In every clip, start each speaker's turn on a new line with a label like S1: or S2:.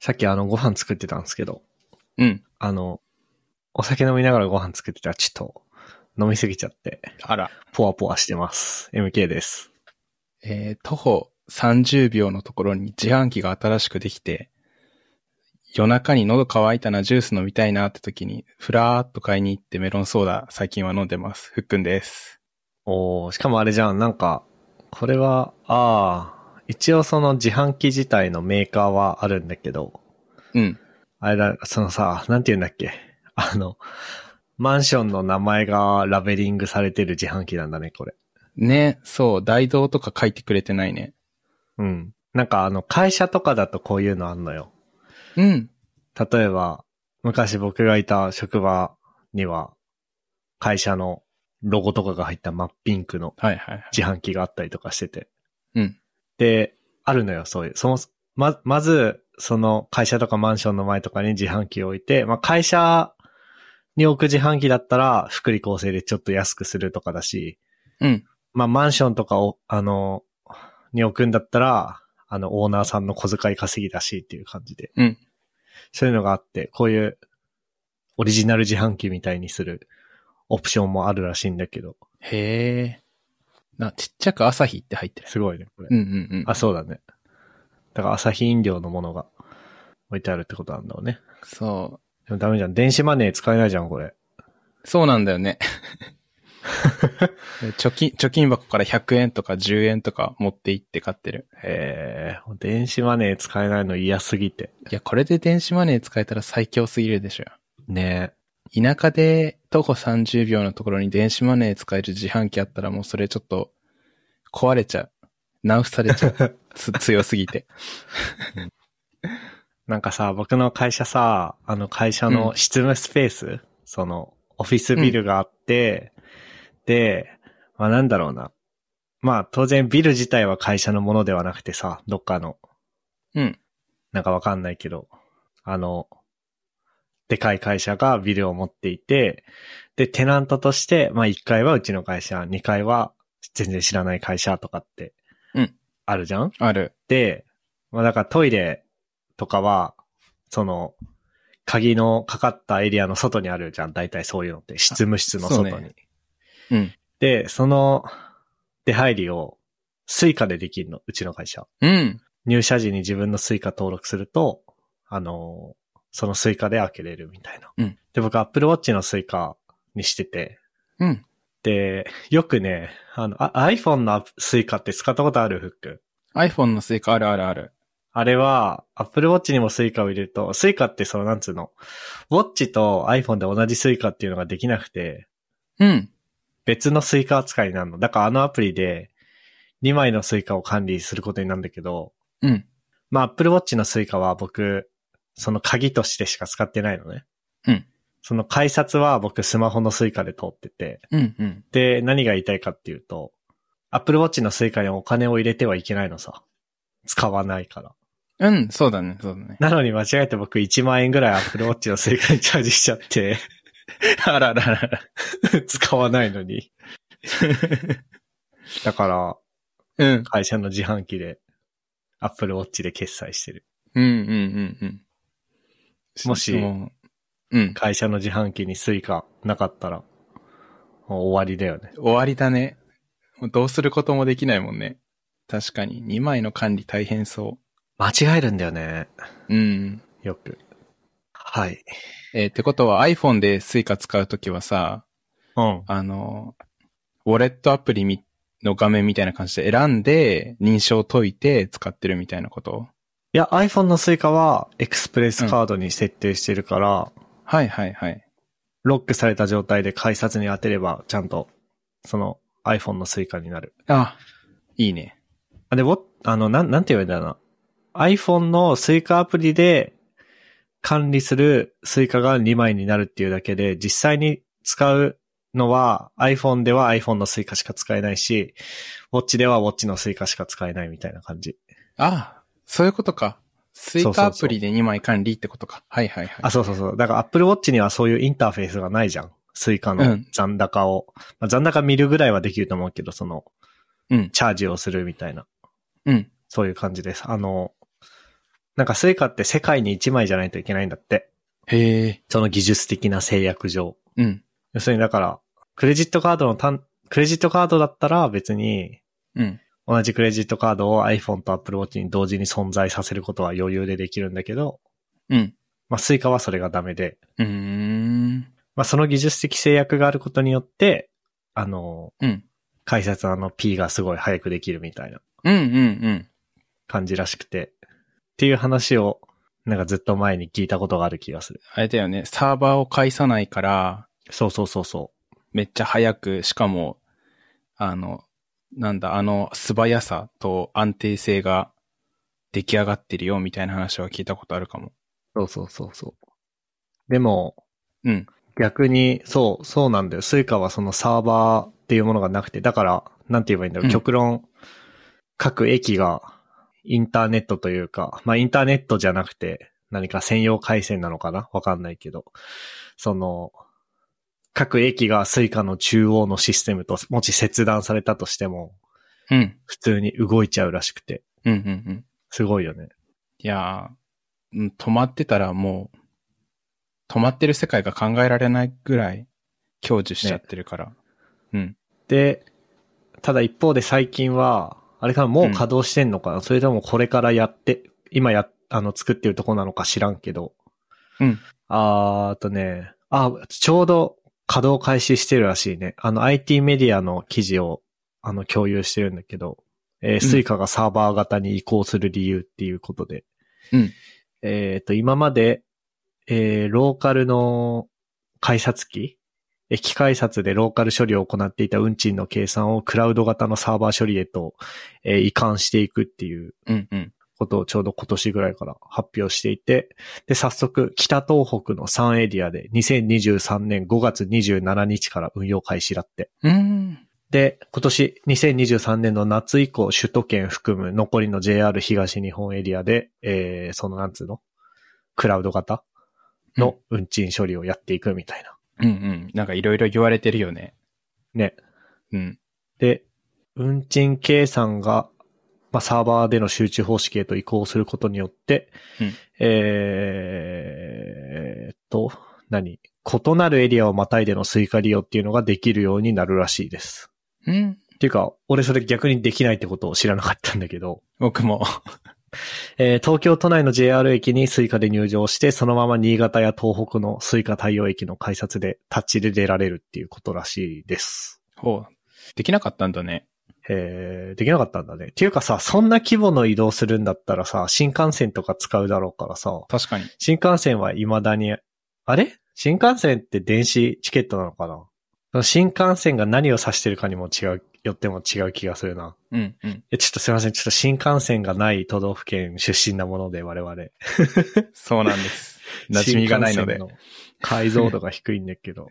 S1: さっきあの、ご飯作ってたんですけど、
S2: うん。
S1: あの、お酒飲みながらご飯作ってたらちょっと、飲みすぎちゃって、
S2: あら。
S1: ポワポワしてます。MK です。
S2: えー、徒歩30秒のところに自販機が新しくできて、夜中に喉乾いたな、ジュース飲みたいなって時に、ふらーっと買いに行ってメロンソーダ最近は飲んでます。ふっくんです。
S1: おー、しかもあれじゃん、なんか、これは、あー、一応その自販機自体のメーカーはあるんだけど、
S2: うん。
S1: あれだ、そのさ、なんて言うんだっけ。あの、マンションの名前がラベリングされてる自販機なんだね、これ。
S2: ね、そう、大道とか書いてくれてないね。
S1: うん。なんかあの、会社とかだとこういうのあんのよ。
S2: うん。
S1: 例えば、昔僕がいた職場には、会社のロゴとかが入った真っピンクの
S2: はいはいはい。
S1: 自販機があったりとかしてて。
S2: うん。
S1: で、あるのよ、そういう。そもそま、まず、その会社とかマンションの前とかに自販機を置いて、まあ、会社に置く自販機だったら、福利厚生でちょっと安くするとかだし、
S2: うん。
S1: まあ、マンションとかを、あの、に置くんだったら、あの、オーナーさんの小遣い稼ぎだしっていう感じで。
S2: うん。
S1: そういうのがあって、こういうオリジナル自販機みたいにするオプションもあるらしいんだけど、
S2: へえ。な、ちっちゃく朝日って入ってる。
S1: すごいね、これ。
S2: うんうんうん。
S1: あ、そうだね。だから朝日飲料のものが置いてあるってことなんだろうね。
S2: そ
S1: でもダメじゃん。電子マネー使えないじゃん、これ。
S2: う。そうなんだよね。貯金、貯金箱から100円とか10円とか持って行って買ってる。
S1: えー、電子マネー使えないの嫌すぎて。
S2: いや、これで電子マネー使えたら最強すぎるでしょ。
S1: ね
S2: 田舎で徒歩30秒のところに電子マネー使える自販機あったらもうそれちょっと壊れちゃう。直されちゃう。つ強すぎて。
S1: なんかさ、僕の会社さ、あの会社の執務スペース、その、オフィスビルがあって、で、まあなんだろうな。まあ当然ビル自体は会社のものではなくてさ、どっかの、
S2: うん。
S1: なんかわかんないけど、あの、でかい会社がビルを持っていて、で、テナントとして、まあ1階はうちの会社、2階は全然知らない会社とかって、
S2: うん
S1: あるじゃん
S2: ある。
S1: で、まあだからトイレとかは、その、鍵のかかったエリアの外にあるじゃん。大体そういうのって。執務室の外に。
S2: そうねうん。
S1: で、その出入りをスイカでできるの。うちの会社。
S2: うん。
S1: 入社時に自分のスイカ登録すると、あのーそのスイカで開けれるみたいな。
S2: うん
S1: で、僕 Apple Watch のスイカにしてて、
S2: うん。
S1: で、よくね、あの、あ iPhone のアプスイカって使ったことあるフック。
S2: iPhone のスイカあるあるある。
S1: あれは、Apple Watch にも Suica を入れると、Suica ってその、なんつうの、Watch と iPhone で同じ Suica っていうのができなくて、
S2: うん。
S1: 別の Suica 扱いになるの。だからあのアプリで、2枚の Suica を管理することになるんだけど、
S2: うん。
S1: まあ Apple Watch の Suica は僕、その鍵としてしか使ってないのね。
S2: うん。
S1: その改札は僕スマホの Suica で通ってて、
S2: うん。うん。
S1: で、何が言いたいかっていうと、Apple Watch の Suica にお金を入れてはいけないのさ。使わないから。
S2: うん。そうだね。そうだね。
S1: なのに間違えて僕1万円ぐらいアップルウォッチの正解にチャージしちゃって、
S2: あらあらあら。
S1: 使わないのに。だから、
S2: うん。
S1: 会社の自販機で、アップルウォッチで決済してる。
S2: うん。うん。うん。うん。
S1: もし
S2: ううん。
S1: 会社の自販機にスイカなかったら、もう終わりだよね。
S2: 終わりだね。もうどうすることもできないもんね。確かに。2枚の管理大変そ
S1: 間違えるんだよね。
S2: う。うん。
S1: よく。はい。
S2: えーってことは iPhone で Suica 使うときはさ、
S1: うん。
S2: あの、ウォレットアプリみの画面みたいな感じで選んで、認証解いて使ってるみたいなこと
S1: いや、iPhone のスイカは、エクスプレスカードに設定してるから、
S2: はいはいはい。
S1: ロックされた状態で改札に当てれば、ちゃんと、その iPhone のスイカになる。
S2: あ、いいね。
S1: あ、で、も、あの、なん、なんて言えばいいんだろうな。iPhone のスイカアプリで管理するスイカが2枚になるっていうだけで、実際に使うのは iPhone では iPhone のスイカしか使えないし、Watch では Watch のスイカしか使えないみたいな感じ。
S2: あ、そういうことか。
S1: そうそう
S2: Suica アプリで2枚管理ってことか。はいはいはい。
S1: あ、そうそうそう。だから Apple Watch にはそういうインターフェースがないじゃん。スイカ
S2: う
S1: の
S2: ん
S1: 残高を。まあ、残高見るぐらいはできると思うけど、その、
S2: うん。
S1: チャージをするみたいな。
S2: うん。
S1: そういう感じです。あの、なんかスイカって世界に1枚じゃないといけないんだって。
S2: へえ。
S1: その技術的な制約上。
S2: うん。
S1: 要するにだから、クレジットカードの単、クレジットカードだったら別に
S2: うん。
S1: 同じクレジットカードを iPhone と Apple Watch に同時に存在させることは余裕でできるんだけど、
S2: うん。
S1: まあ、スイカはそれがダメで、
S2: うーん。
S1: まあ、その技術的制約があることによって、あの、
S2: うん。
S1: 改札のあの P がすごい早くできるみたいな
S2: うんうんうん。
S1: 感じらしくて、っていう話を、なんかずっと前に聞いたことがある気がする。
S2: あれだよね。サーバーを介さないから、
S1: そうそうそうそ
S2: めっちゃ早く、しかも、あの、なんだ、あの素早さと安定性が出来上がってるよみたいな話は聞いたことあるかも。
S1: う。そうそうそうそう。でも、
S2: うん。
S1: 逆に、そう、そうなんだよ。スイカはそのサーバーっていうものがなくて、だから、なんて言えばいいんだろう。
S2: うん
S1: 極論、各駅がインターネットというか、まあインターネットじゃなくて、何か専用回線なのかなわかんないけど、その、各駅がスイカの中央のシステムと、もし切断されたとしても、
S2: うん。
S1: 普通に動いちゃうらしくて、
S2: うんうんうん。
S1: すごいよね。
S2: いやー、うん止まってたらもう、止まってる世界が考えられないぐらい享受しちゃってるから。うん。
S1: で、ただ一方で最近は、あれかな、もう稼働してんのかな、それともこれからやって、今や、あの、作ってるとこなのか知らんけど。
S2: うん。
S1: あーあとね、あ、ちょうど稼働開始してるらしいね。あの、IT メディアの記事を、あの、共有してるんだけど、えー、スイカがサーバー型に移行する理由っていうことで。
S2: うん
S1: えっと、今まで、えーローカルの改札機駅改札でローカル処理を行っていた運賃の計算をクラウド型のサーバー処理へと、えー移管していくっていう
S2: うんうん。
S1: ことをちょうど今年ぐらいから発表していて、で、早速、北東北の3エリアで2023年5月27日から運用開始だって。
S2: うーん。
S1: で、今年2023年の夏以降、首都圏含む残りの JR 東日本エリアで、えー、そのなんつうのクラウド型の運賃処理をやっていくみたいな。
S2: うんうん。なんかいろいろ言われてるよね。
S1: ね。
S2: うん。
S1: で、運賃計算が、まあ、サーバーでの集中方式へと移行することによって、
S2: うん
S1: えーっと、何異なるエリアをまたいでの追加利用っていうのができるようになるらしいです。
S2: うん。
S1: っていうか、俺それ逆にできないってことを知らなかったんだけど、
S2: 僕も。
S1: えー東京都内の JR 駅にスイカで入場して、そのまま新潟や東北のスイカ対応駅の改札で立ちで出られるっていうことらしいです。
S2: ほう。できなかったんだね。
S1: えーできなかったんだね。っていうかさ、そんな規模の移動するんだったらさ、新幹線とか使うだろうからさ、
S2: 確かに。
S1: 新幹線は未だに、あれ新幹線って電子チケットなのかなその新幹線が何を指してるかにも違う、よっても違う気がするな。
S2: うんうん。
S1: え、ちょっとすいません。ちょっと新幹線がない都道府県出身なもので、我々。
S2: そうなん です。馴染みがないので
S1: 新。幹線解像度が低いんだけど。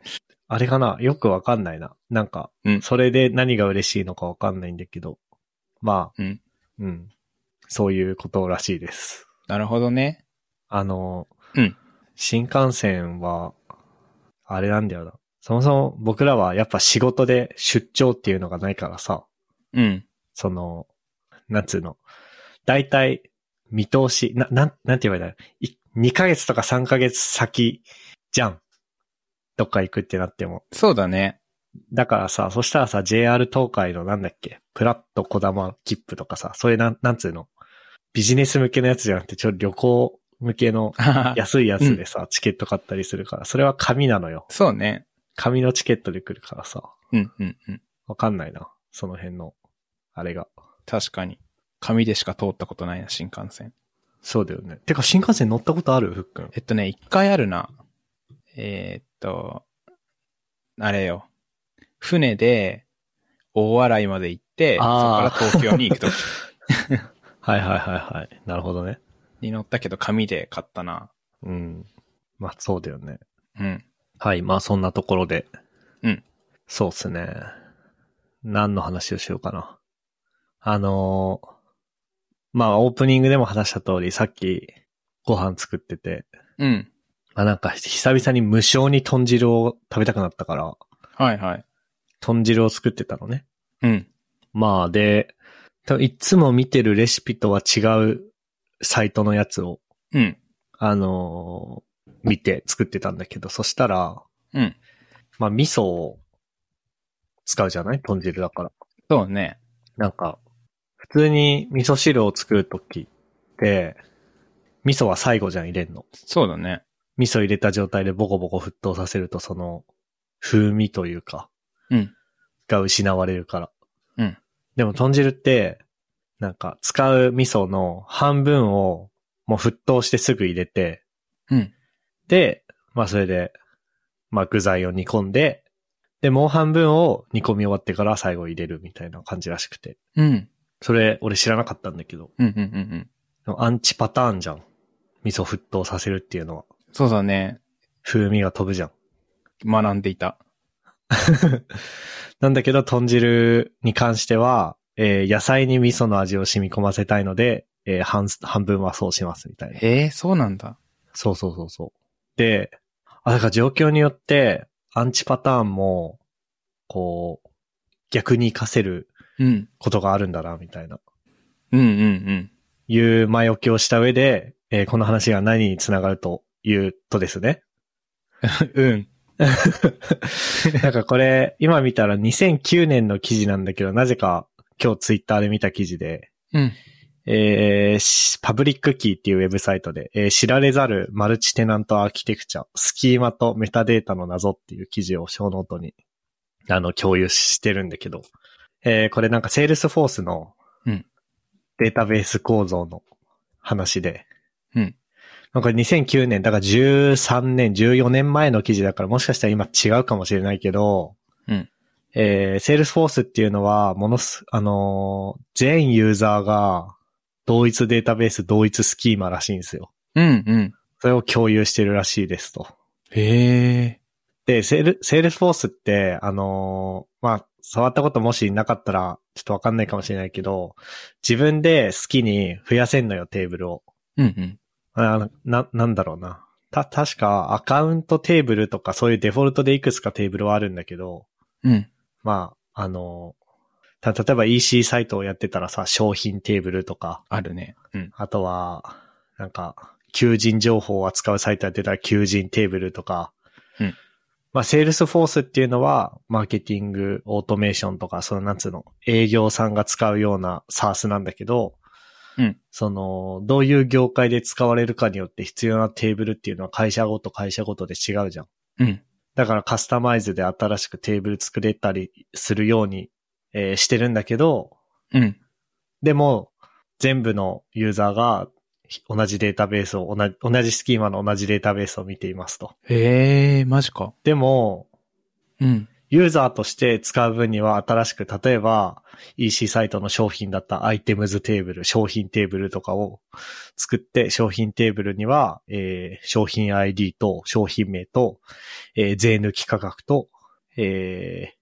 S1: あれかなよくわかんないな。なんか
S2: う、ん
S1: それで何が嬉しいのかわかんないんだけど。まあ、
S2: うん
S1: うん。そういうことらしいです。
S2: なるほどね。
S1: あの、
S2: うん
S1: 新幹線は、あれなんだよな。そもそも僕らはやっぱ仕事で出張っていうのがないからさ、
S2: うん。
S1: その、なんつうの。大体、見通し、な、なん、なんて言えばいいんだろうい。2ヶ月とか3ヶ月先じゃん。どっか行くってなっても。
S2: そうだね。
S1: だからさ、そしたらさ、JR 東海のなんだっけ、プラット小玉切符とかさ、そういうなん、なんつうの、ビジネス向けのやつじゃなくて、ちょっと旅行向けの安いやつでさ、チケット買ったりするから、それは紙なのよ。
S2: そうね。
S1: 紙のチケットで来るからさ、
S2: うんうんうん。
S1: わかんないな。その辺の、あれが。
S2: 確かに。紙でしか通ったことないな、新幹線。
S1: そうだよね。てか、新幹線乗ったことあるふっくん。
S2: えっとね、一回あるな。えーっと、あれよ。船で、大洗まで行って、そこから
S1: あー
S2: 東京に行くとき
S1: はいはいはいはい。なるほどね。
S2: に乗ったけど、紙で買ったな。
S1: うん。まあ、そうだよね。
S2: うん。
S1: はい。まあ、そんなところで。
S2: うん。
S1: そうっすね。何の話をしようかな。あのーまあ、オープニングでも話した通り、さっき、ご飯作ってて、
S2: うん。
S1: まあなんか久々に無性に豚汁を食べたくなったから、
S2: はいはい。
S1: 豚汁を作ってたのね。
S2: うん。
S1: まあで、多分いつも見てるレシピとは違うサイトのやつを、
S2: うん。
S1: あのー見て作ってたんだけど、そしたら、
S2: うん。
S1: まあ、味噌を使うじゃない豚汁だから。
S2: そうね。
S1: なんか、普通に味噌汁を作るときって、味噌は最後じゃん、入れんの。
S2: そうだね。
S1: 味噌入れた状態でボコボコ沸騰させると、その、風味というか、
S2: うん。
S1: が失われるから。
S2: うん。
S1: でも豚汁って、なんか、使う味噌の半分を、もう沸騰してすぐ入れて、
S2: うん。
S1: で、まあそれで、まあ具材を煮込んで、で、もう半分を煮込み終わってから最後入れるみたいな感じらしくて。
S2: うん。
S1: それ、俺知らなかったんだけど、
S2: うんうんうんうん。
S1: アンチパターンじゃん。味噌沸騰させるっていうのは。
S2: そうだね。
S1: 風味が飛ぶじゃん。
S2: 学んでいた。
S1: なんだけど、豚汁に関しては、えー野菜に味噌の味を染み込ませたいので、えー半、半分はそうしますみたいな。
S2: ええそうなんだ。
S1: そうそうそうそう。で、あ、だから状況によって、アンチパターンも、こう、逆に活かせる
S2: うん。
S1: ことがあるんだな、みたいな。
S2: うんうんうん。
S1: いう前置きをした上で、えーこの話が何につながるというとですね。
S2: うん。
S1: なんかこれ、今見たら2009年の記事なんだけど、なぜか今日ツイッターで見た記事で、
S2: うん。
S1: えーしパブリックキーっていうウェブサイトで、えー知られざるマルチテナントアーキテクチャ、スキーマとメタデータの謎っていう記事を小ノートに、あの、共有してるんだけど、えーこれなんかセールスフォースの
S2: うん、
S1: データベース構造の話で、
S2: うん。
S1: なんか2009年、だから13年、14年前の記事だからもしかしたら今違うかもしれないけど、
S2: うん。
S1: えー、セールスフォースっていうのは、ものす、あのー全ユーザーが同一データベース、同一スキーマらしいんですよ。
S2: うんうん。
S1: それを共有してるらしいですと。
S2: へえ。
S1: で、セール、セールスフォースって、あのーまあ、触ったこともしなかったら、ちょっとわかんないかもしれないけど、自分で好きに増やせんのよ、テーブルを。
S2: うんうん。
S1: あな、なんだろうな。た、確かアカウントテーブルとかそういうデフォルトでいくつかテーブルはあるんだけど、
S2: うん。
S1: まあ、あの、た、例えば EC サイトをやってたらさ、商品テーブルとか、
S2: あるね。うん。
S1: あとは、なんか、求人情報を扱うサイトやってたら求人テーブルとか、
S2: うん
S1: まあ、セールスフォースっていうのは、マーケティング、オートメーションとか、そのなんつうの、営業さんが使うような SaaS なんだけど、
S2: うん
S1: その、どういう業界で使われるかによって必要なテーブルっていうのは会社ごと会社ごとで違うじゃん。
S2: うん。
S1: だからカスタマイズで新しくテーブル作れたりするように、えーしてるんだけど、
S2: うん。
S1: でも、全部のユーザーがひ同じデータベースを、同じ、同じスキーマの同じデータベースを見ていますと。
S2: へえ、マジか。
S1: でも、
S2: うん。
S1: ユーザーとして使う分には新しく、例えば EC サイトの商品だったアイテムズテーブル、商品テーブルとかを作って、商品テーブルには、えー商品 ID と商品名と、えー税抜き価格と、えー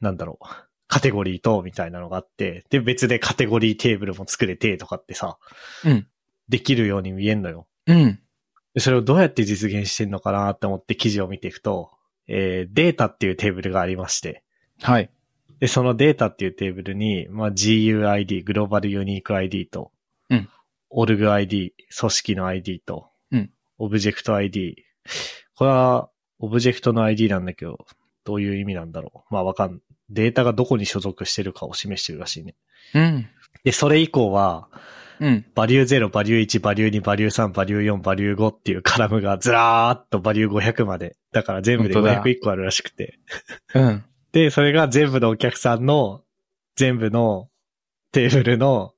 S1: なんだろう、カテゴリーと、みたいなのがあって、で、別でカテゴリーテーブルも作れて、とかってさ、
S2: うん。
S1: できるように見えんのよ。
S2: うん。
S1: でそれをどうやって実現してんのかなって思って記事を見ていくと、えーデータっていうテーブルがありまして、
S2: はい。
S1: で、そのデータっていうテーブルに、まあ、GUID、グローバルユニーク ID と、
S2: うん
S1: オルグ ID、組織の ID と、
S2: うん
S1: オブジェクト ID。これは、オブジェクトの ID なんだけど、どういう意味なんだろう。まあ、わかん、データがどこに所属してるかを示してるらしいね。
S2: うん。
S1: で、それ以降は、
S2: うん。
S1: バリュー0、バリュー1、バリュー2、バリュー3、バリュー4、バリュー5っていうカラムがずらーっとバリュー500まで。だから全部で
S2: 本当だ
S1: 501個あるらしくて。
S2: うん。
S1: で、それが全部のお客さんの、全部のテーブルの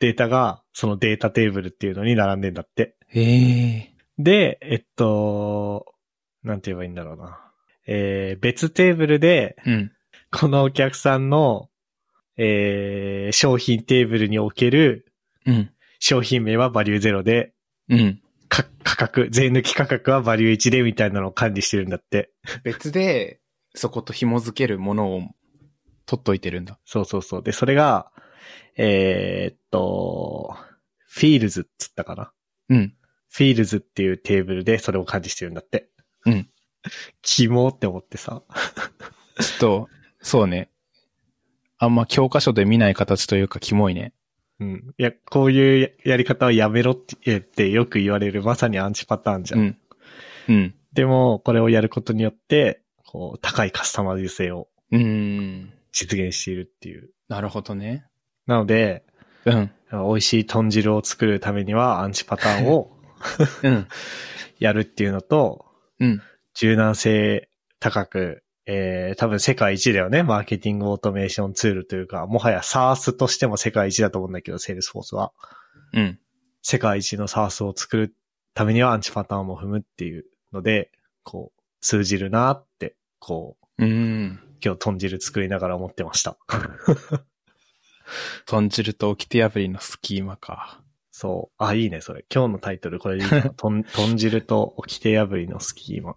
S1: データが、そのデータテーブルっていうのに並んでんだって。
S2: へえ。
S1: で、えっと、なんて言えばいいんだろうな。えー、別テーブルで、
S2: うん。
S1: このお客さんの、えー、商品テーブルにおける
S2: うん。
S1: 商品名はバリュー0で、
S2: うん。
S1: か、価格、税抜き価格はバリュー1でみたいなのを管理してるんだって。
S2: 別で、そこと紐づけるものを取っといてるんだ。
S1: そうそうそう。で、それが、えーっと、フィールズっつったかな。
S2: うん。
S1: フィールズっていうテーブルでそれを管理してるんだって。
S2: うん。
S1: キモって思ってさ。
S2: ちょっと、そうね。あんま教科書で見ない形というか、キモいね。
S1: うん。いや、こういうやり方はやめろってってよく言われる、まさにアンチパターンじゃん。
S2: うん。うん。
S1: でも、これをやることによって、こう、高いカスタマー性を
S2: うーん。
S1: 実現しているっていう。
S2: なるほどね。
S1: なので、
S2: うん。
S1: 美味しい豚汁を作るためにはアンチパターンを
S2: うん。
S1: やるっていうのと、
S2: うん。
S1: 柔軟性高く、えー、多分世界一だよね。マーケティングオートメーションツールというか、もはや SARS としても世界一だと思うんだけど、セールスフォースは。
S2: うん。
S1: 世界一の SARS を作るためにはアンチパターンも踏むっていうので、こう、通じるなって、こう、
S2: うーん。
S1: 今日豚汁作りながら思ってました。
S2: 豚汁とオキテ破りのスキーマ か。
S1: そう。あ、いいね、それ。今日のタイトル、これでいいな。豚豚汁と掟破りのスキーマ。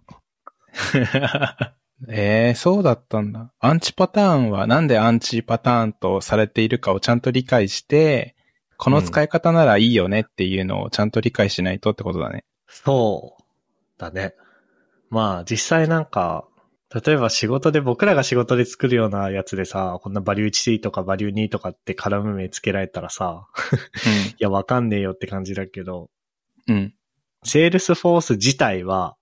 S2: ええそうだったんだ。アンチパターンはなんでアンチパターンとされているかをちゃんと理解して、この使い方ならいいよねっていうのをちゃんと理解しないとってことだね。
S1: そう。だね。まあ、実際なんか、例えば仕事で、僕らが仕事で作るようなやつでさ、こんなバリュー1とかバリュー2とかって絡む目つけられたらさ、いや、わかんねえよって感じだけど、
S2: うん。うん。
S1: セールスフォース自体は、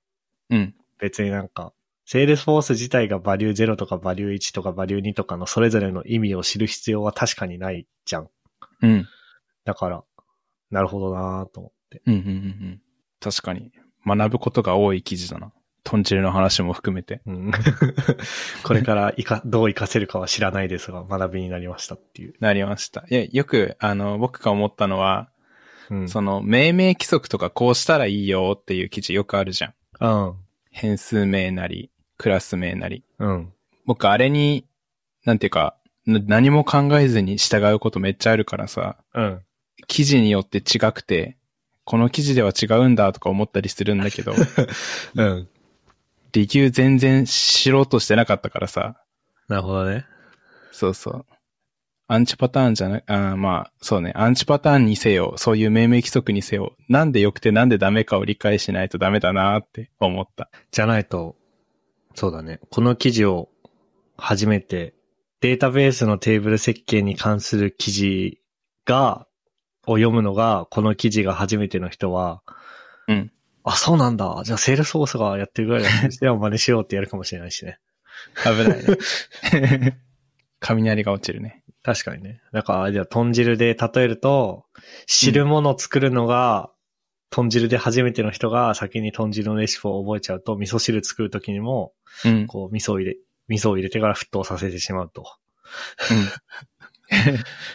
S2: うん。
S1: 別になんか、セールスフォース自体がバリュー0とかバリュー1とかバリュー2とかのそれぞれの意味を知る必要は確かにないじゃん。
S2: うん。うん。
S1: だから、なるほどなぁと思って。
S2: うん。うんうん。確かに。学ぶことが多い記事だな。豚汁の話も含めて。
S1: うん、 これからいか、どう活かせるかは知らないですが、学びになりましたっていう。
S2: なりました。いや、よく、あの、僕が思ったのは、
S1: うん。
S2: その、命名規則とかこうしたらいいよっていう記事よくあるじゃん。
S1: うん。
S2: 変数名なり、クラス名なり。
S1: うん。
S2: 僕あれに、なんていうか、な何も考えずに従うことめっちゃあるからさ、
S1: うん。
S2: 記事によって違くて、この記事では違うんだとか思ったりするんだけど、
S1: うん。
S2: 理由全然知ろうとしてなかったからさ、
S1: なるほどね。
S2: そうそう。アンチパターンじゃな、あーまあ、そうね。アンチパターンにせよ、そういう命名規則にせよ、なんで良くてなんでダメかを理解しないとダメだなーって思った。
S1: じゃないと、そうだね。この記事を初めて、データベースのテーブル設計に関する記事が、を読むのが、この記事が初めての人は、
S2: うん。
S1: あ、そうなんだ。じゃあ、セールスフォースがやってるぐらいだったら、では真似しようってやるかもしれないしね。
S2: 危ない ね。雷が落ちるね。
S1: 確かにね。だから、じゃあ、豚汁で例えると、汁物を作るのが、豚汁で初めての人が先に豚汁のレシピを覚えちゃうと、味噌汁作るときにも、
S2: うん。うん
S1: こう、味噌を入れ、味噌を入れてから沸騰させてしまうと。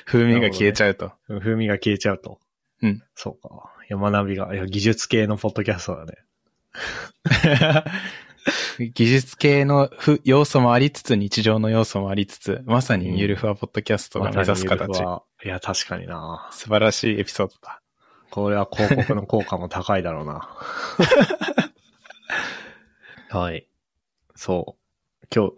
S2: 風味が消えちゃうと。
S1: 風味が消えちゃうと。
S2: うん。
S1: そうか。いや、学びが、いや、技術系のポッドキャストだね。
S2: 技術系のふ要素もありつつ、日常の要素もありつつ、まさにゆるふわポッドキャストが目指す
S1: ま
S2: 形。
S1: たは。いや、確かにな。
S2: 素晴らしいエピソードだ。
S1: これは広告の効果も高いだろうな。はい。そう。今日、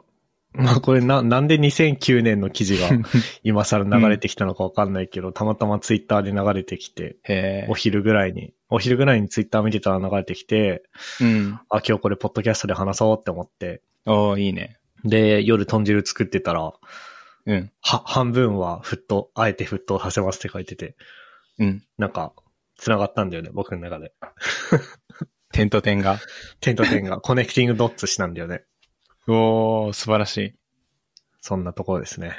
S1: まあこれな、なんで2009年の記事が 今更流れてきたのかわかんないけど、たまたまツイッターで流れてきて、
S2: へ
S1: お昼ぐらいに、お昼ぐらいにツイッター見てたら流れてきて、
S2: え。うん。
S1: あ、今日これポッドキャストで話そうって思って、
S2: おー、いいね。
S1: で、夜豚汁作ってたら、は、
S2: うん。
S1: 半分は沸騰、あえて沸騰させますって書いてて、
S2: うん。
S1: なんか、繋がったんだよね、僕の中で。
S2: 点と点が。
S1: 点と点 が、コネクティングドッツしたんだよね。
S2: おー、素晴らしい。
S1: そんなところですね。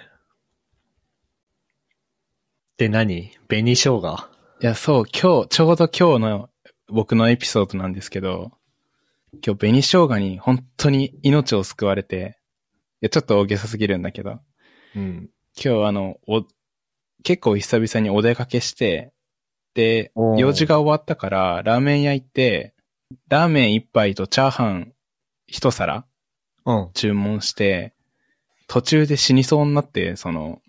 S1: で何、紅生姜
S2: いや、そう、今日、ちょうど今日の僕のエピソードなんですけど、今日紅生姜に本当に命を救われて、いや、ちょっと大げさすぎるんだけど、
S1: うん。
S2: 今日あの、お、結構久々にお出かけして、で、
S1: おー
S2: 用事が終わったから、ラーメン屋行って、ラーメン一杯とチャーハン一皿
S1: うん。
S2: 注文して、途中で死にそうになって、その、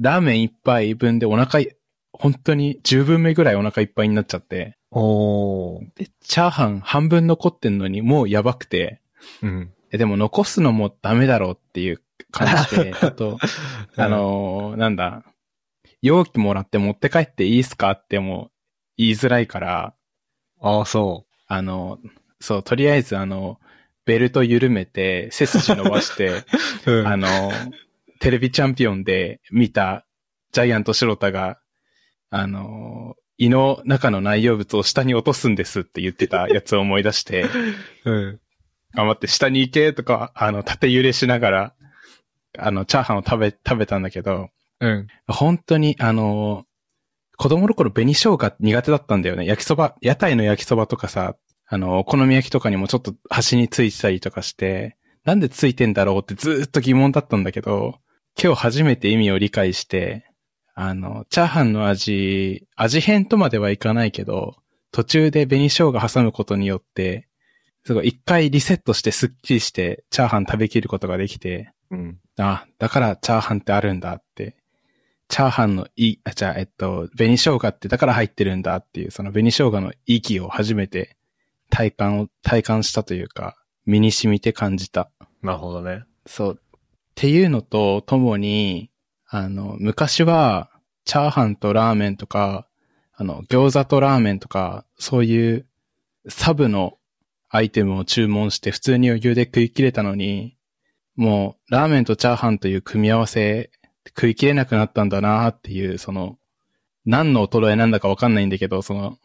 S2: ラーメン一杯分でお腹い、本当に10分目ぐらいお腹いっぱいになっちゃって、
S1: おー。
S2: で、チャーハン半分残ってんのにもうやばくて、
S1: うん。
S2: えでも残すのもダメだろうっていう感じで、あと、
S1: うん
S2: あのーなんだ、容器もらって持って帰っていいっすかっても言いづらいから、
S1: ああ、そ
S2: あのーそう、とりあえずあの、ベルト緩めて、背筋伸ばして、
S1: う。う
S2: あ
S1: ん。
S2: の、テレビチャンピオンで見たジャイアント・シロタがあの、胃の中の内容物を下に落とすんですって言っ てたやつを思い出して、
S1: うん。
S2: 頑張って下に行けとか、あの、縦揺れしながら、あの、チャーハンを食べ、食べたんだけど、
S1: うん。
S2: 本当に、あの、子供の頃紅生姜苦手だったんだよね。焼きそば、屋台の焼きそばとかさ、あの、お好み焼きとかにもちょっと端についてたりとかして、なんでついてんだろうってずーっと疑問だったんだけど、今日初めて意味を理解して、あの、チャーハンの味、味変とまではいかないけど、途中で紅生姜挟むことによって、すごい一回リセットしてスッキリして、チャーハン食べきることができて、
S1: うん。
S2: あ、だからチャーハンってあるんだって。チャーハンのい、あ、じゃあ、えっと、紅生姜ってだから入ってるんだっていう、その紅生姜の意義を初めて体感を、体感したというか、身に染みて感じた。
S1: なるほどね。
S2: そう。っていうのと、ともに、あの、昔は、チャーハンとラーメンとか、あの、餃子とラーメンとか、そういう、サブのアイテムを注文して、普通に余裕で食い切れたのに、もう、ラーメンとチャーハンという組み合わせ、食い切れなくなったんだなっていう、その、何の衰えなんだかわかんないんだけど、その、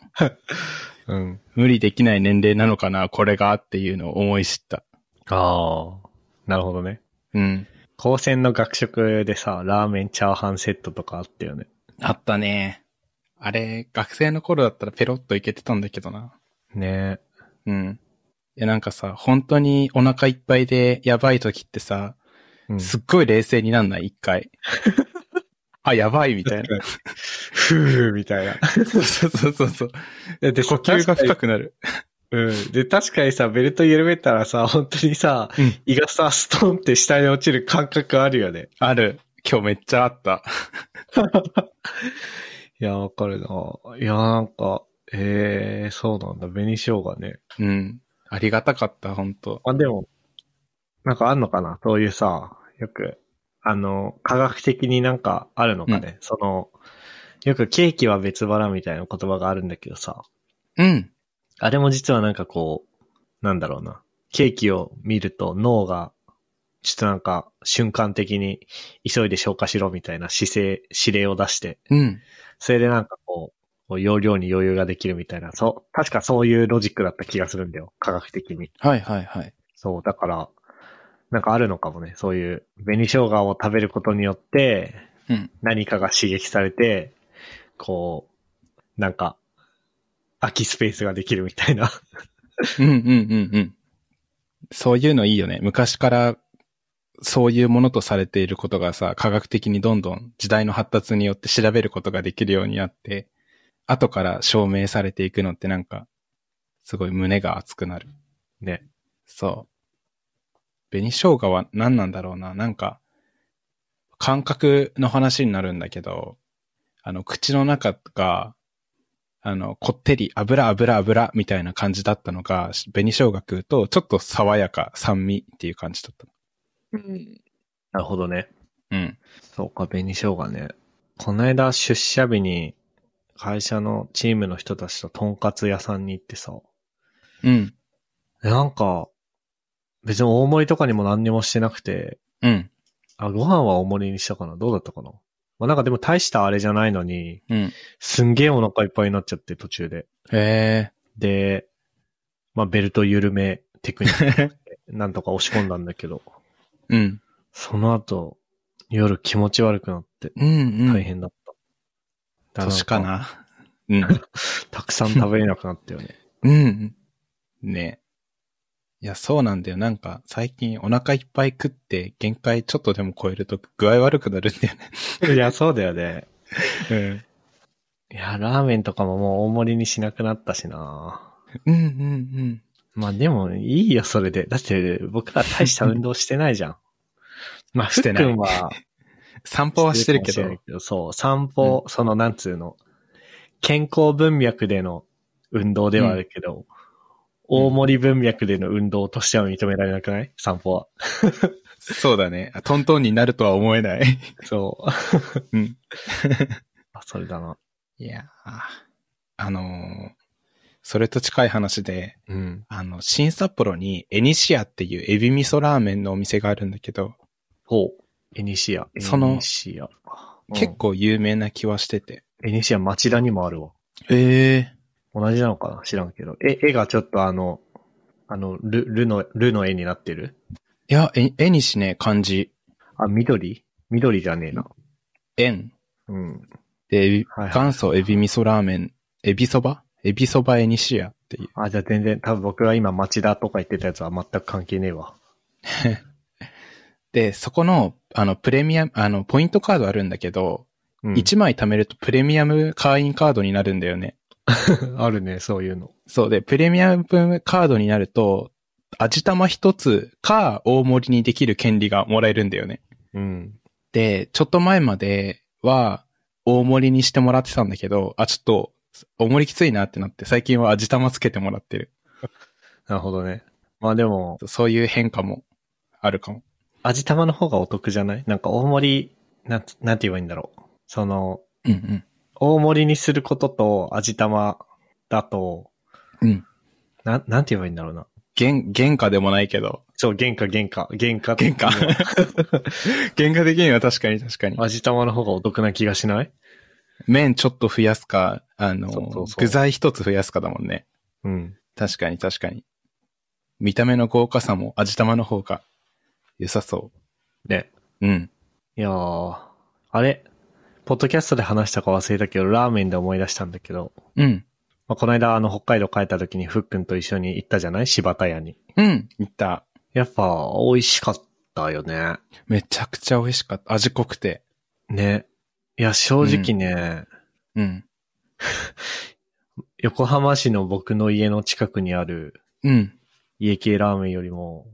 S1: うん。
S2: 無理できない年齢なのかな、これがっていうのを思い知った。
S1: ああ。なるほどね。
S2: うん。
S1: 高専の学食でさ、ラーメンチャーハンセットとかあったよね。
S2: あったね。あれ、学生の頃だったらペロッといけてたんだけどな。
S1: ね
S2: うん。いや、なんかさ、本当にお腹いっぱいでやばい時ってさ、
S1: え。うん
S2: すっごい冷静になんない一 回。あ、やばいみたいな。
S1: ふーみたいな。
S2: そうそうそうそうそう。
S1: で、で
S2: 呼吸が深くなる。
S1: うん。で、確かにさ、ベルト緩めたらさ、本当にさ、
S2: うん
S1: 胃がさ、ストンって下に落ちる感覚あるよね。
S2: ある。今日めっちゃあった。
S1: いや、わかるな。いや、なんか、ええー、そうなんだ。紅生姜ね。
S2: うん。ありがたかった、本当
S1: まあでも、なんかあんのかなそういうさ、よく、あの、科学的になんかあるのかね、その、よくケーキは別腹みたいな言葉があるんだけどさ、
S2: うん。
S1: あれも実はなんかこう、なんだろうな。ケーキを見ると脳が、ちょっとなんか瞬間的に急いで消化しろみたいな姿勢、指令を出して、
S2: うん。
S1: それでなんかこう、こう容量に余裕ができるみたいな、そう、確かそういうロジックだった気がするんだよ。科学的に。
S2: はいはいはい。
S1: そう、だから、なんかあるのかもね。そういう、紅生姜を食べることによって、
S2: うん。
S1: 何かが刺激されて、こう、なんか、空きスペースができるみたいな。
S2: うんうんうんうん。そういうのいいよね。昔からそういうものとされていることがさ、科学的にどんどん時代の発達によって調べることができるようになって、後から証明されていくのってなんか、すごい胸が熱くなる。
S1: ね。
S2: そう。紅生姜は何なんだろうな。なんか、感覚の話になるんだけど、あの、口の中が、あの、こってり、油油油みたいな感じだったのが、紅生姜食うと、ちょっと爽やか、酸味っていう感じだった。
S1: なるほどね。
S2: うん。
S1: そうか、紅生姜ね。この間、出社日に、会社のチームの人たちととんかつ屋さんに行ってさ、
S2: うん。
S1: なんか、別に大盛りとかにも何にもしてなくて、
S2: うん。
S1: あ、ご飯は大盛りにしたかなどうだったかなまあなんかでも大したあれじゃないのに、
S2: うん。
S1: すんげえお腹いっぱいになっちゃって途中で。
S2: へ
S1: で、まあベルト緩めテクニッ ク
S2: え。
S1: なんとか押し込んだんだけど、
S2: うん。
S1: その後、夜気持ち悪くなって
S2: うん。うん。
S1: 大。変だった。だらん
S2: 年かな。うん。
S1: たくさん食べれなくなったよね。
S2: うん。ねいや、そうなんだよ。なんか、最近お腹いっぱい食って、限界ちょっとでも超えると具合悪くなるんだよ ね。
S1: いや、そうだよね。
S2: うん。
S1: いや、ラーメンとかももう大盛りにしなくなったしな。
S2: うんうん
S1: まあでもいいよ、それで。だって僕ら大した運動してないじゃん。 まあ、
S2: してない
S1: ふっくんは、
S2: うん。散歩はしてるけ
S1: かもしれな
S2: ど
S1: い。そう、散歩、その、なんつうの、健康文脈での運動ではあるけど、大盛り文脈での運動としては認められなくない散歩は。
S2: そうだね。あトントンになるとは思えない。
S1: そう。
S2: うん。
S1: あ、それだな。
S2: いやーあのーそれと近い話で、
S1: うん。
S2: あの、新札幌にエニシアっていうエビ味噌ラーメンのお店があるんだけど、
S1: ほう。エニシア。
S2: その
S1: エニシア。
S2: 結構有名な気はしてて。
S1: エニシア町田にもあるわ。
S2: ええ
S1: 同じなのかな知らんけど。え、絵がちょっとあの、あの、ル、ルの、ルの絵になってる
S2: いや、え、絵にしね、漢字。
S1: あ、緑緑じゃねえな。
S2: 円。
S1: うん。
S2: で、エビ
S1: はいはい
S2: 元祖エビ味噌ラーメン、エビそばエビそばエニシアっていう。
S1: あ、じゃあ全然、多分僕が今町田とか言ってたやつは全く関係ねえわ。
S2: で、そこの、あの、プレミアム、あの、ポイントカードあるんだけど、
S1: うん、
S2: 1枚貯めるとプレミアム会員カードになるんだよね。
S1: あるね、そういうの。
S2: そうで、プレミアムカードになると、味玉一つか大盛りにできる権利がもらえるんだよね。
S1: うん。
S2: で、ちょっと前までは大盛りにしてもらってたんだけど、あ、ちょっと、大盛りきついなってなって、最近は味玉つけてもらってる。
S1: なるほどね。まあでも、
S2: そういう変化もあるかも。
S1: 味玉の方がお得じゃないなんか大盛り、なんつ、なんて言えばいいんだろう。その、
S2: うん
S1: 大盛りにすることと味玉だと、
S2: うん。うん。
S1: なん、なんて言えばいいんだろうな。
S2: 原、原価でもないけど、
S1: そう、原価、原価、原価。
S2: 原価。原価的には確かに確かに。
S1: 味玉の方がお得な気がしない
S2: 麺ちょっと増やすか、あ
S1: そうそ
S2: の
S1: う、そう
S2: 具材一つ増やすかだもんね。
S1: うん。
S2: 確かに確かに。見た目の豪華さも味玉の方が良さそ
S1: ね。
S2: う。うん。
S1: いやー、あれ、ポッドキャストで話したか忘れたけど、ラーメンで思い出したんだけど、
S2: うん。
S1: まあ、この間あの北海道帰った時にふっくんと一緒に行ったじゃない柴田屋に。
S2: うん。いった。
S1: やっぱ美味しかったよね。
S2: めちゃくちゃ美味しかった。味濃くて。
S1: ね。いや、正直ね、
S2: うん。
S1: 横浜市の僕の家の近くにある
S2: うん。
S1: 家系ラーメンよりも、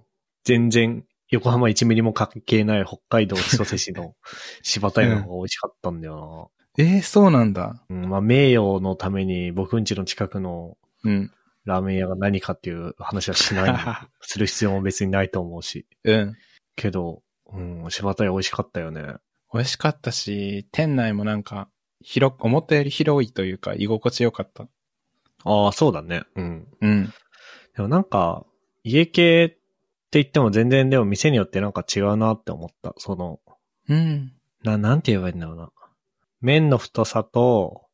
S1: 全然横浜1ミリも関係ない北海道千歳市の柴田屋の方が美味しかったんだよ
S2: えー、そうなんだ。
S1: な。うん、まあ名誉のために僕ん家の近くの
S2: うん。
S1: ラーメン屋が何かっていう話はしない する必要も別にないと思うし。
S2: うん。
S1: けど、うん、柴田屋美味しかったよね。
S2: 美味しかったし、店内もなんか、広く、思ったより広いというか、居心地よかった。
S1: ああ、そうだね。うん。
S2: うん。
S1: でもなんか、家系って言っても全然でも店によってなんか違うなって思った。その、
S2: うん。
S1: な、なんて言えばいいんだろうな。麺の太さと、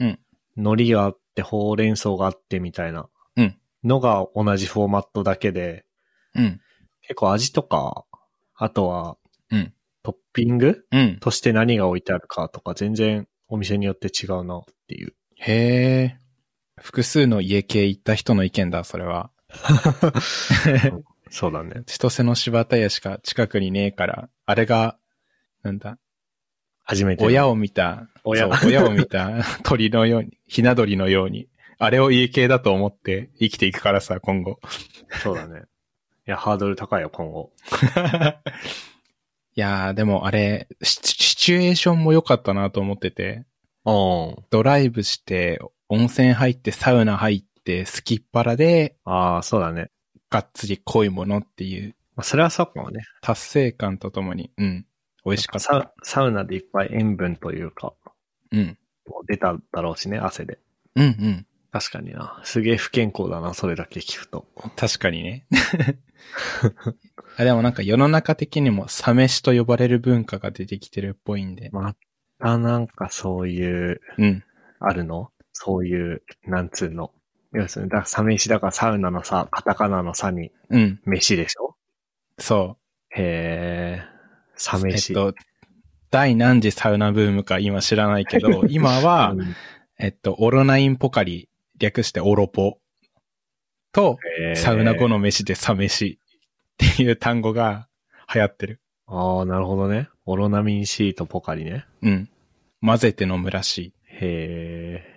S2: うん。
S1: 海苔があって、ほうれん草があってみたいな。
S2: うん
S1: のが同じフォーマットだけで、
S2: うん。
S1: 結構味とか、あとは、
S2: うん
S1: トッピング
S2: うん。
S1: として何が置いてあるかとか、全然お店によって違うなっていう。
S2: へえ。複数の家系行った人の意見だ、それは。
S1: そうだね。
S2: 千歳の柴田屋しか近くにねえから、あれが、なんだ、
S1: 初めて。
S2: 親を見た、
S1: 親
S2: そう親を 見た鳥のように、ひな鳥のように、あれを家系だと思って生きていくからさ、今後。
S1: そうだね。いや、ハードル高いよ、今後。
S2: いやー、でもあれ、シシチュエーションも良かったなと思ってて、
S1: うん。
S2: ドライブして、温泉入って、サウナ入って、すきっ腹で、
S1: ああ、そうだね。
S2: がっつり濃いものっていう、
S1: まあ、それはそうかもね。
S2: 達成感とともに、うん、美味しかっ
S1: サウ
S2: た。
S1: サウナでいっぱい塩分というか、
S2: うん、
S1: 出ただろうしね、汗で。
S2: うん、うん。
S1: 確かにな。すげえ不健康だな、それだけ聞くと。
S2: 確かにね。 あでもなんか世の中的にもサ飯と呼ばれる文化が出てきてるっぽいんで。
S1: またなんかそういう、
S2: うん。
S1: あるのそういう、なんつうの。要するに、だから、サメシだからサウナのさ、カタカナのさに、
S2: うん。
S1: 飯でしょ
S2: そ
S1: へえ、サ
S2: う。
S1: メ
S2: えっ
S1: シ。
S2: と、第何次サウナブームか今知らないけ ど、今は
S1: う、ん
S2: えっと、オロナインポカリ、略してオロポと、
S1: へー
S2: サウナ後の飯でサ飯っていう単語が流行ってる。
S1: ああ、なるほどね。オロナミン C とポカリね。
S2: うん。混ぜて飲むらしい。
S1: へえ。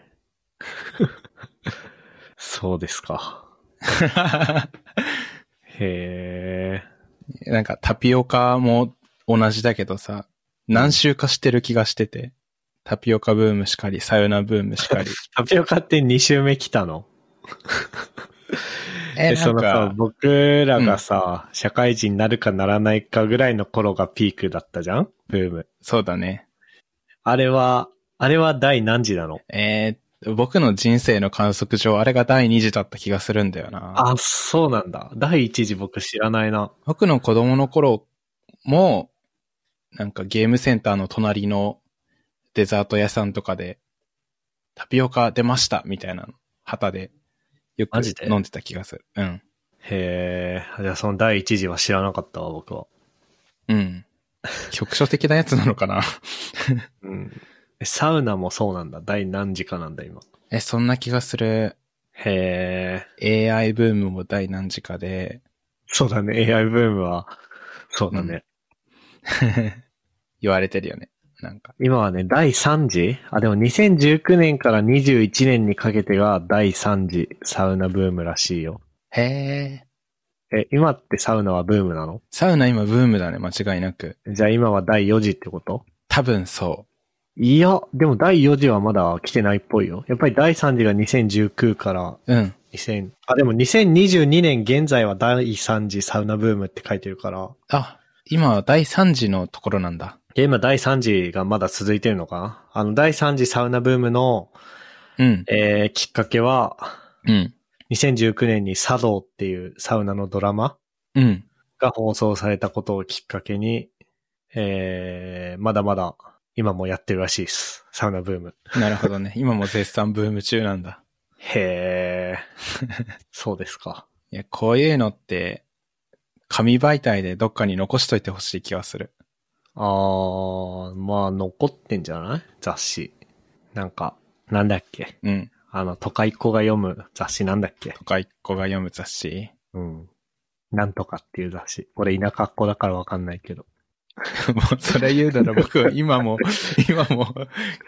S1: そうですか。へえ。
S2: なんかタピオカも同じだけどさ、何周かしてる気がしてて、タピオカブームしかり、サウナブームしかり。
S1: タピオカって2周目来たの
S2: え、
S1: で
S2: な
S1: そ
S2: ん
S1: のさ
S2: か、、
S1: 僕らがさ、社会人になるかならないかぐらいの頃がピークだったじゃんブーム。
S2: そうだね。
S1: あれは、あれは第何時なの
S2: えー僕の人生の観測上、あれが第二次だった気がするんだよな。
S1: あ、そうなんだ。第1次僕知らないな。
S2: 僕の子供の頃も、なんかゲームセンターの隣のデザート屋さんとかでタピオカ出ましたみたいなの旗で、よく
S1: マジで
S2: 飲んでた気がする。うん。
S1: へえ、じゃあその第一次は知らなかったわ、僕は。
S2: うん。局所的なやつなのかな
S1: うん。えサウナもそうなんだ。第何次かなんだ、今。
S2: え、そんな気がする。
S1: へえ、
S2: AI ブームも第何時かで、
S1: そうだね。AI ブームは、そうだね。
S2: 言われてるよね。なんか。
S1: 今はね、第3次あ、でも2019年から21年にかけてが第3次サウナブームらしいよ。
S2: へえ。
S1: え、今ってサウナはブームなの
S2: サウナ今ブームだね、間違いなく。
S1: じゃあ今は第4次ってこと
S2: 多分そ
S1: いや、でも第4次はまだ来てないっぽいよ。やっぱり第3次が2019から
S2: う。うん。
S1: 2000、あ、でも2022年現在は第3次サウナブームって書いてるから、
S2: あ、今は第3次のところなんだ。
S1: いや今第3次がまだ続いてるのかなあの、第3次サウナブームの、
S2: うん。
S1: えー、きっかけは、
S2: うん。
S1: 2019年に茶道っていうサウナのドラマ
S2: うん。
S1: が放送されたことをきっかけに、えー、まだまだ今もやってるらしいです。サウナブーム。
S2: なるほどね。今も絶賛ブーム中なんだ。
S1: へー。そうですか。
S2: いや、こういうのって、紙媒体でどっかに残しといてほしい気がする。
S1: あー、まあ残ってんじゃない雑誌。なんか、なんだっけ
S2: うん。
S1: あの、都会っ子が読む雑誌なんだっけ
S2: とか一個が読む雑誌。
S1: うん。なんとかっていう雑誌。俺田舎っ子だからわかんないけど。
S2: もう、それ言うなら僕は今も、今も、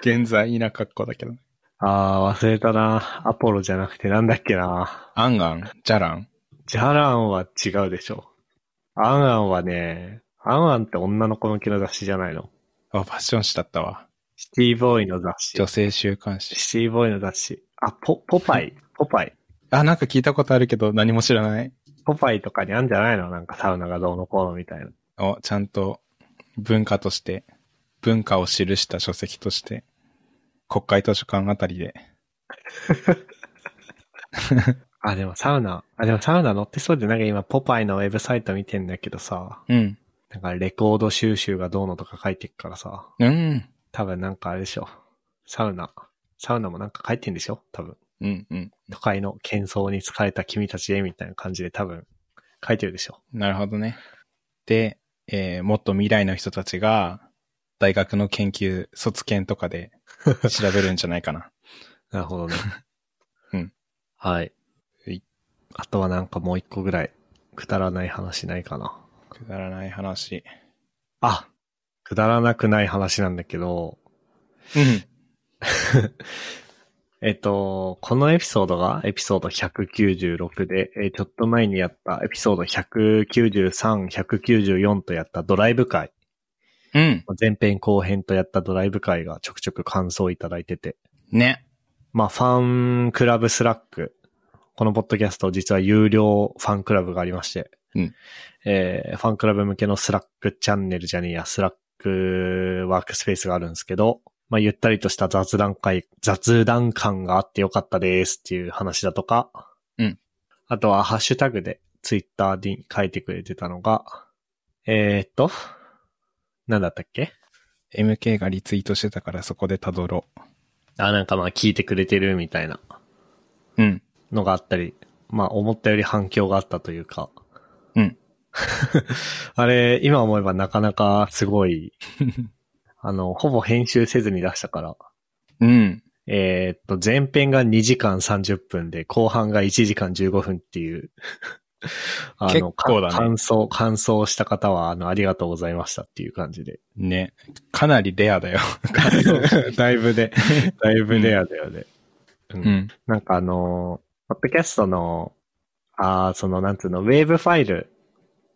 S2: 現在田舎っ子だけど。
S1: あー、忘れたな。アポロじゃなくてなんだっけな。
S2: アンガンジャラン
S1: ジャランは違うでしょ。アンアンはね、アンアンって女の子向けの雑誌じゃないの。
S2: あ、ファッション誌だったわ。
S1: シティボーイの雑誌
S2: 女。性週刊誌。
S1: シティボーイの雑誌。あ、ポ、ポパイ。ポパイ。
S2: あ、なんか聞いたことあるけど何も知らない。
S1: ポパイとかにあんじゃないのなんかサウナがどうのこうのみたいな。
S2: をちゃんと文化として、文化を記した書籍として、国会図書館あたりで。
S1: あ、でもサウナ、あ、でもサウナ載ってそうで、なんか今ポパイのウェブサイト見てんだけどさ、
S2: うん。
S1: なんかレコード収集がどうのとか書いてっからさ、
S2: うん。
S1: 多分なんかあれでしょ。サウナ。サウナもなんか書いてんでしょ多分。
S2: うん。うん。
S1: 都会の喧騒に疲れた君たちへみたいな感じで多分書いてるでしょ。
S2: なるほどね。で、えーもっと未来の人たちが、大学の研究、卒研とかで調べるんじゃないかな。。
S1: なるほ どね
S2: うん。
S1: はい。
S2: はい
S1: あとはなんかもう一個ぐらい、くだらない話ないかな。
S2: くだらない話。
S1: あくだらなくない話なんだけど、
S2: うん。
S1: えっと、このエピソードがエピソード196で、えーちょっと前にやったエピソード193、194とやったドライブ会、
S2: うん。
S1: 前編後編とやったドライブ会がちょくちょく感想いただいてて、
S2: ね。
S1: まあ、ファンクラブスラック。このポッドキャスト、実は有料ファンクラブがありまして。
S2: うん
S1: えーファンクラブ向けのスラックチャンネルじゃねえや、スラックワークスペースがあるんですけど、まあ、ゆったりとした雑談会、雑談感があってよかったですっていう話だとか、
S2: うん
S1: あとは、ハッシュタグで、ツイッターに書いてくれてたのが、えー、っと、なんだったっけ
S2: MK がリツイートしてたからそこでたどろ
S1: あ、なんかまあ、聞いてくれてるみたいな。
S2: う。うん。
S1: のがあったり、まあ思ったより反響があったというか。
S2: うん。
S1: あれ、今思えばなかなかすごい、あの、ほぼ編集せずに出したから。
S2: うん。
S1: えーっと、前編が2時間30分で、後半が1時間15分っていう。 あ
S2: 結構だね
S1: か感想、感想した方は、あの、ありがとうございましたっていう感じ で。
S2: ね。かなりレアだよ。
S1: だいぶで、だいぶレアだよね。う
S2: うん。
S1: なんかあのー、ポッドキャストの、ああ、その、なんつうの、ウェーブファイル。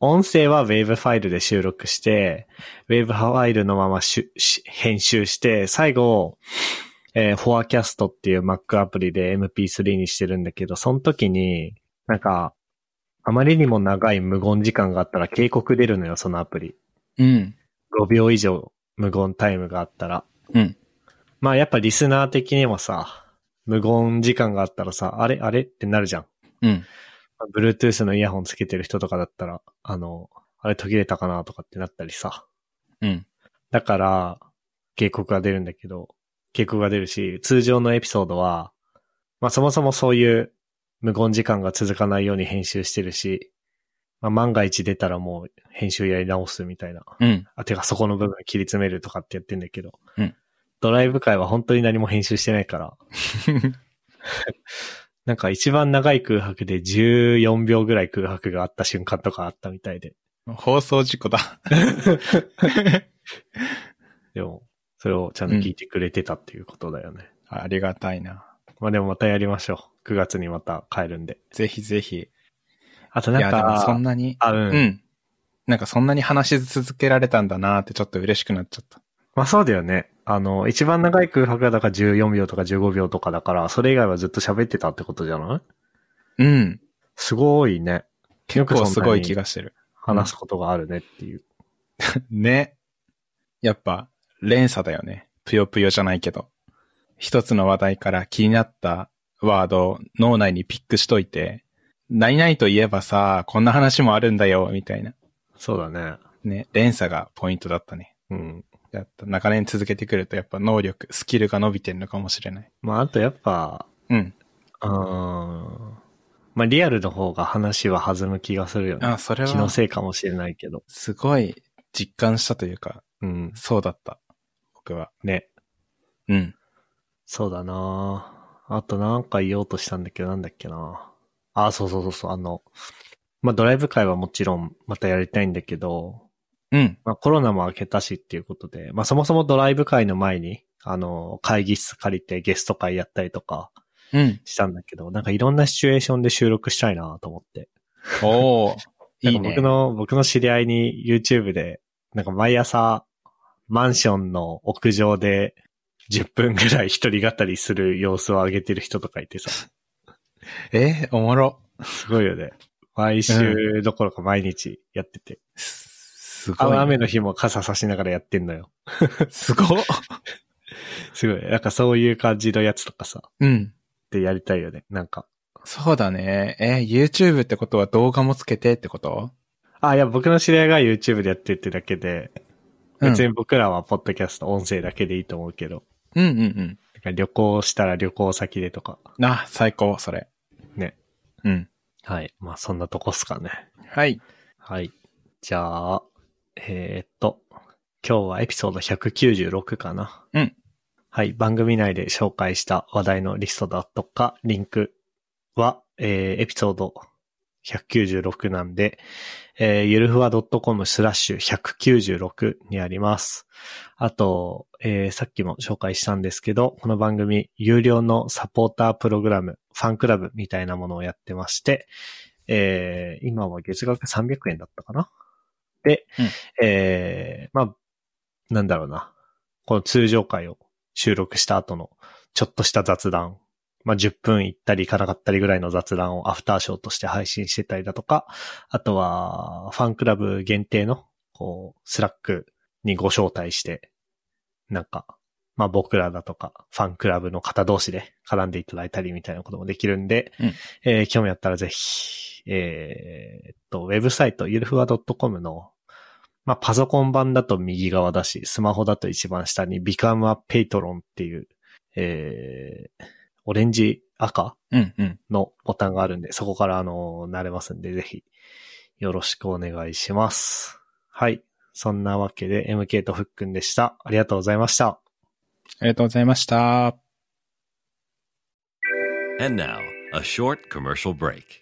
S1: 音声はウェーブファイルで収録して、ウェーブファイルのまましゅし編集して、最後、えー、フォアキャストっていう Mac アプリで MP3 にしてるんだけど、その時に、なんか、あまりにも長い無言時間があったら警告出るのよ、そのアプリ。
S2: うん。
S1: 5秒以上無言タイムがあったら。
S2: うん。
S1: まあやっぱリスナー的にもさ、無言時間があったらさ、あれあれってなるじゃん。
S2: うん。
S1: まあ Bluetooth のイヤホンつけてる人とかだったら、あの、あれ途切れたかなとかってなったりさ。
S2: うん。
S1: だから、警告が出るんだけど、傾向が出るし、通常のエピソードは、まあそもそもそういう無言時間が続かないように編集してるし、まあ万が一出たらもう編集やり直すみたいな。
S2: うん。
S1: あ、てかそこの部分切り詰めるとかってやってんだけど。
S2: うん
S1: ドライブ会は本当に何も編集してないから。 なんか一番長い空白で14秒ぐらい空白があった瞬間とかあったみたいで。
S2: 放送事故だ。
S1: でも、それをちゃんと聞いてくれてたっていうことだよね。
S2: ありがたいな。
S1: まあでもまたやりましょう。9月にまた帰るんで。
S2: ぜひぜひ。
S1: あと
S2: い
S1: な
S2: や、
S1: ん
S2: でも
S1: か、
S2: そんなに、
S1: あ、うん。
S2: うん。なんかそんなに話し続けられたんだなーってちょっと嬉しくなっちゃった。
S1: まあそうだよね。あの、一番長い空白がだから14秒とか15秒とかだから、それ以外はずっと喋ってたってことじゃない
S2: うん。
S1: すごいね。結
S2: こうすごい気がしてる。
S1: 話すことがあるねっていう。
S2: ね。やっぱ、連鎖だよね。ぷよぷよじゃないけど。一つの話題から気になったワードを脳内にピックしといて、何々といえばさ、こんな話もあるんだよ、みたいな。
S1: そうだね。
S2: ね。連鎖がポイントだったね。
S1: うん。
S2: やった。長年続けてくるとやっぱ能力、スキルが伸びてるのかもしれない。
S1: まああとやっぱ、
S2: うん。
S1: うーん。まあリアルの方が話は弾む気がするよね。
S2: あ、それ
S1: 気の
S2: は、
S1: せいかもしれないけど。
S2: すごい実感したというか、
S1: うん。
S2: そうだった。僕は。
S1: ね。
S2: うん。
S1: そうだなあとなんか言おうとしたんだけど、なんだっけなあ、そうそうそうそう、あの、まあ、ドライブ会はもちろんまたやりたいんだけど、
S2: うん。
S1: まあ、コロナも明けたしっていうことで、まあ、そもそもドライブ会の前に、あの、会議室借りてゲスト会やったりとか
S2: うん。
S1: したんだけど、なんかいろんなシチュエーションで収録したいなと思って。
S2: おー。いい
S1: なんか僕
S2: ね。
S1: の、僕の知り合いに YouTube で、なんか毎朝、マンションの屋上で10分ぐらい一人語りする様子を上げてる人とかいてさ、
S2: えーおもろ。
S1: すごいよね。毎週どころか毎日やってて。
S2: すす
S1: あ
S2: ごいね、
S1: 雨の日も傘差しながらやってんのよ。
S2: すごっ。
S1: すごい。なんかそういう感じのやつとかさ、
S2: うん。
S1: でやりたいよね。なんか。
S2: そうだね。えー YouTube ってことは動画もつけてってこと
S1: あ、いや、僕の知り合いが YouTube でやってるってだけで、別
S2: う
S1: に僕らはポッドキャスト音声だけでいいと思うけど、
S2: んうんうん
S1: なんか旅行したら旅行先でとか。
S2: うん。あ、最高、それ。
S1: ね。
S2: うん。
S1: はい。まあ、そんなとこっすかね。
S2: はい。
S1: はい。じゃあ、えーっと、今日はエピソード196かな。
S2: うん。
S1: はい。番組内で紹介した話題のリストだとか、リンクは、えーエピソード196なんで、えー、ゆるふわ .com スラッシュ196にあります。あと、えーさっきも紹介したんですけど、この番組、有料のサポータープログラム、ファンクラブみたいなものをやってまして、えー今は月額300円だったかなで、
S2: うん
S1: えーまあ、なんだろうな。この通常回を収録した後の、ちょっとした雑談。まあ、10分行ったり行かなかったりぐらいの雑談をアフターショーとして配信してたりだとか、あとは、ファンクラブ限定の、こう、スラックにご招待して、なんか、まあ僕らだとか、ファンクラブの方同士で絡んでいただいたりみたいなこともできるんで、
S2: うん
S1: えー興味あったらぜひ、えーっと、ウェブサイト、ゆるふわ .com の、まあパソコン版だと右側だし、スマホだと一番下に Become a Patron っていう、えー、オレンジ赤
S2: うんうん。
S1: のボタンがあるんで、そこからあの、慣れますんで、ぜひ、よろしくお願いします。はい。そんなわけで、MK とふっくんでした。ありがとうございました。
S2: ありがとうございました。
S3: And now, a short commercial break.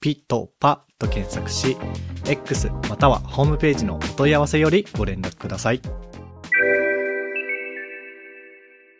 S1: ピトパと検索し X またはホームページのお問い合わせよりご連絡ください。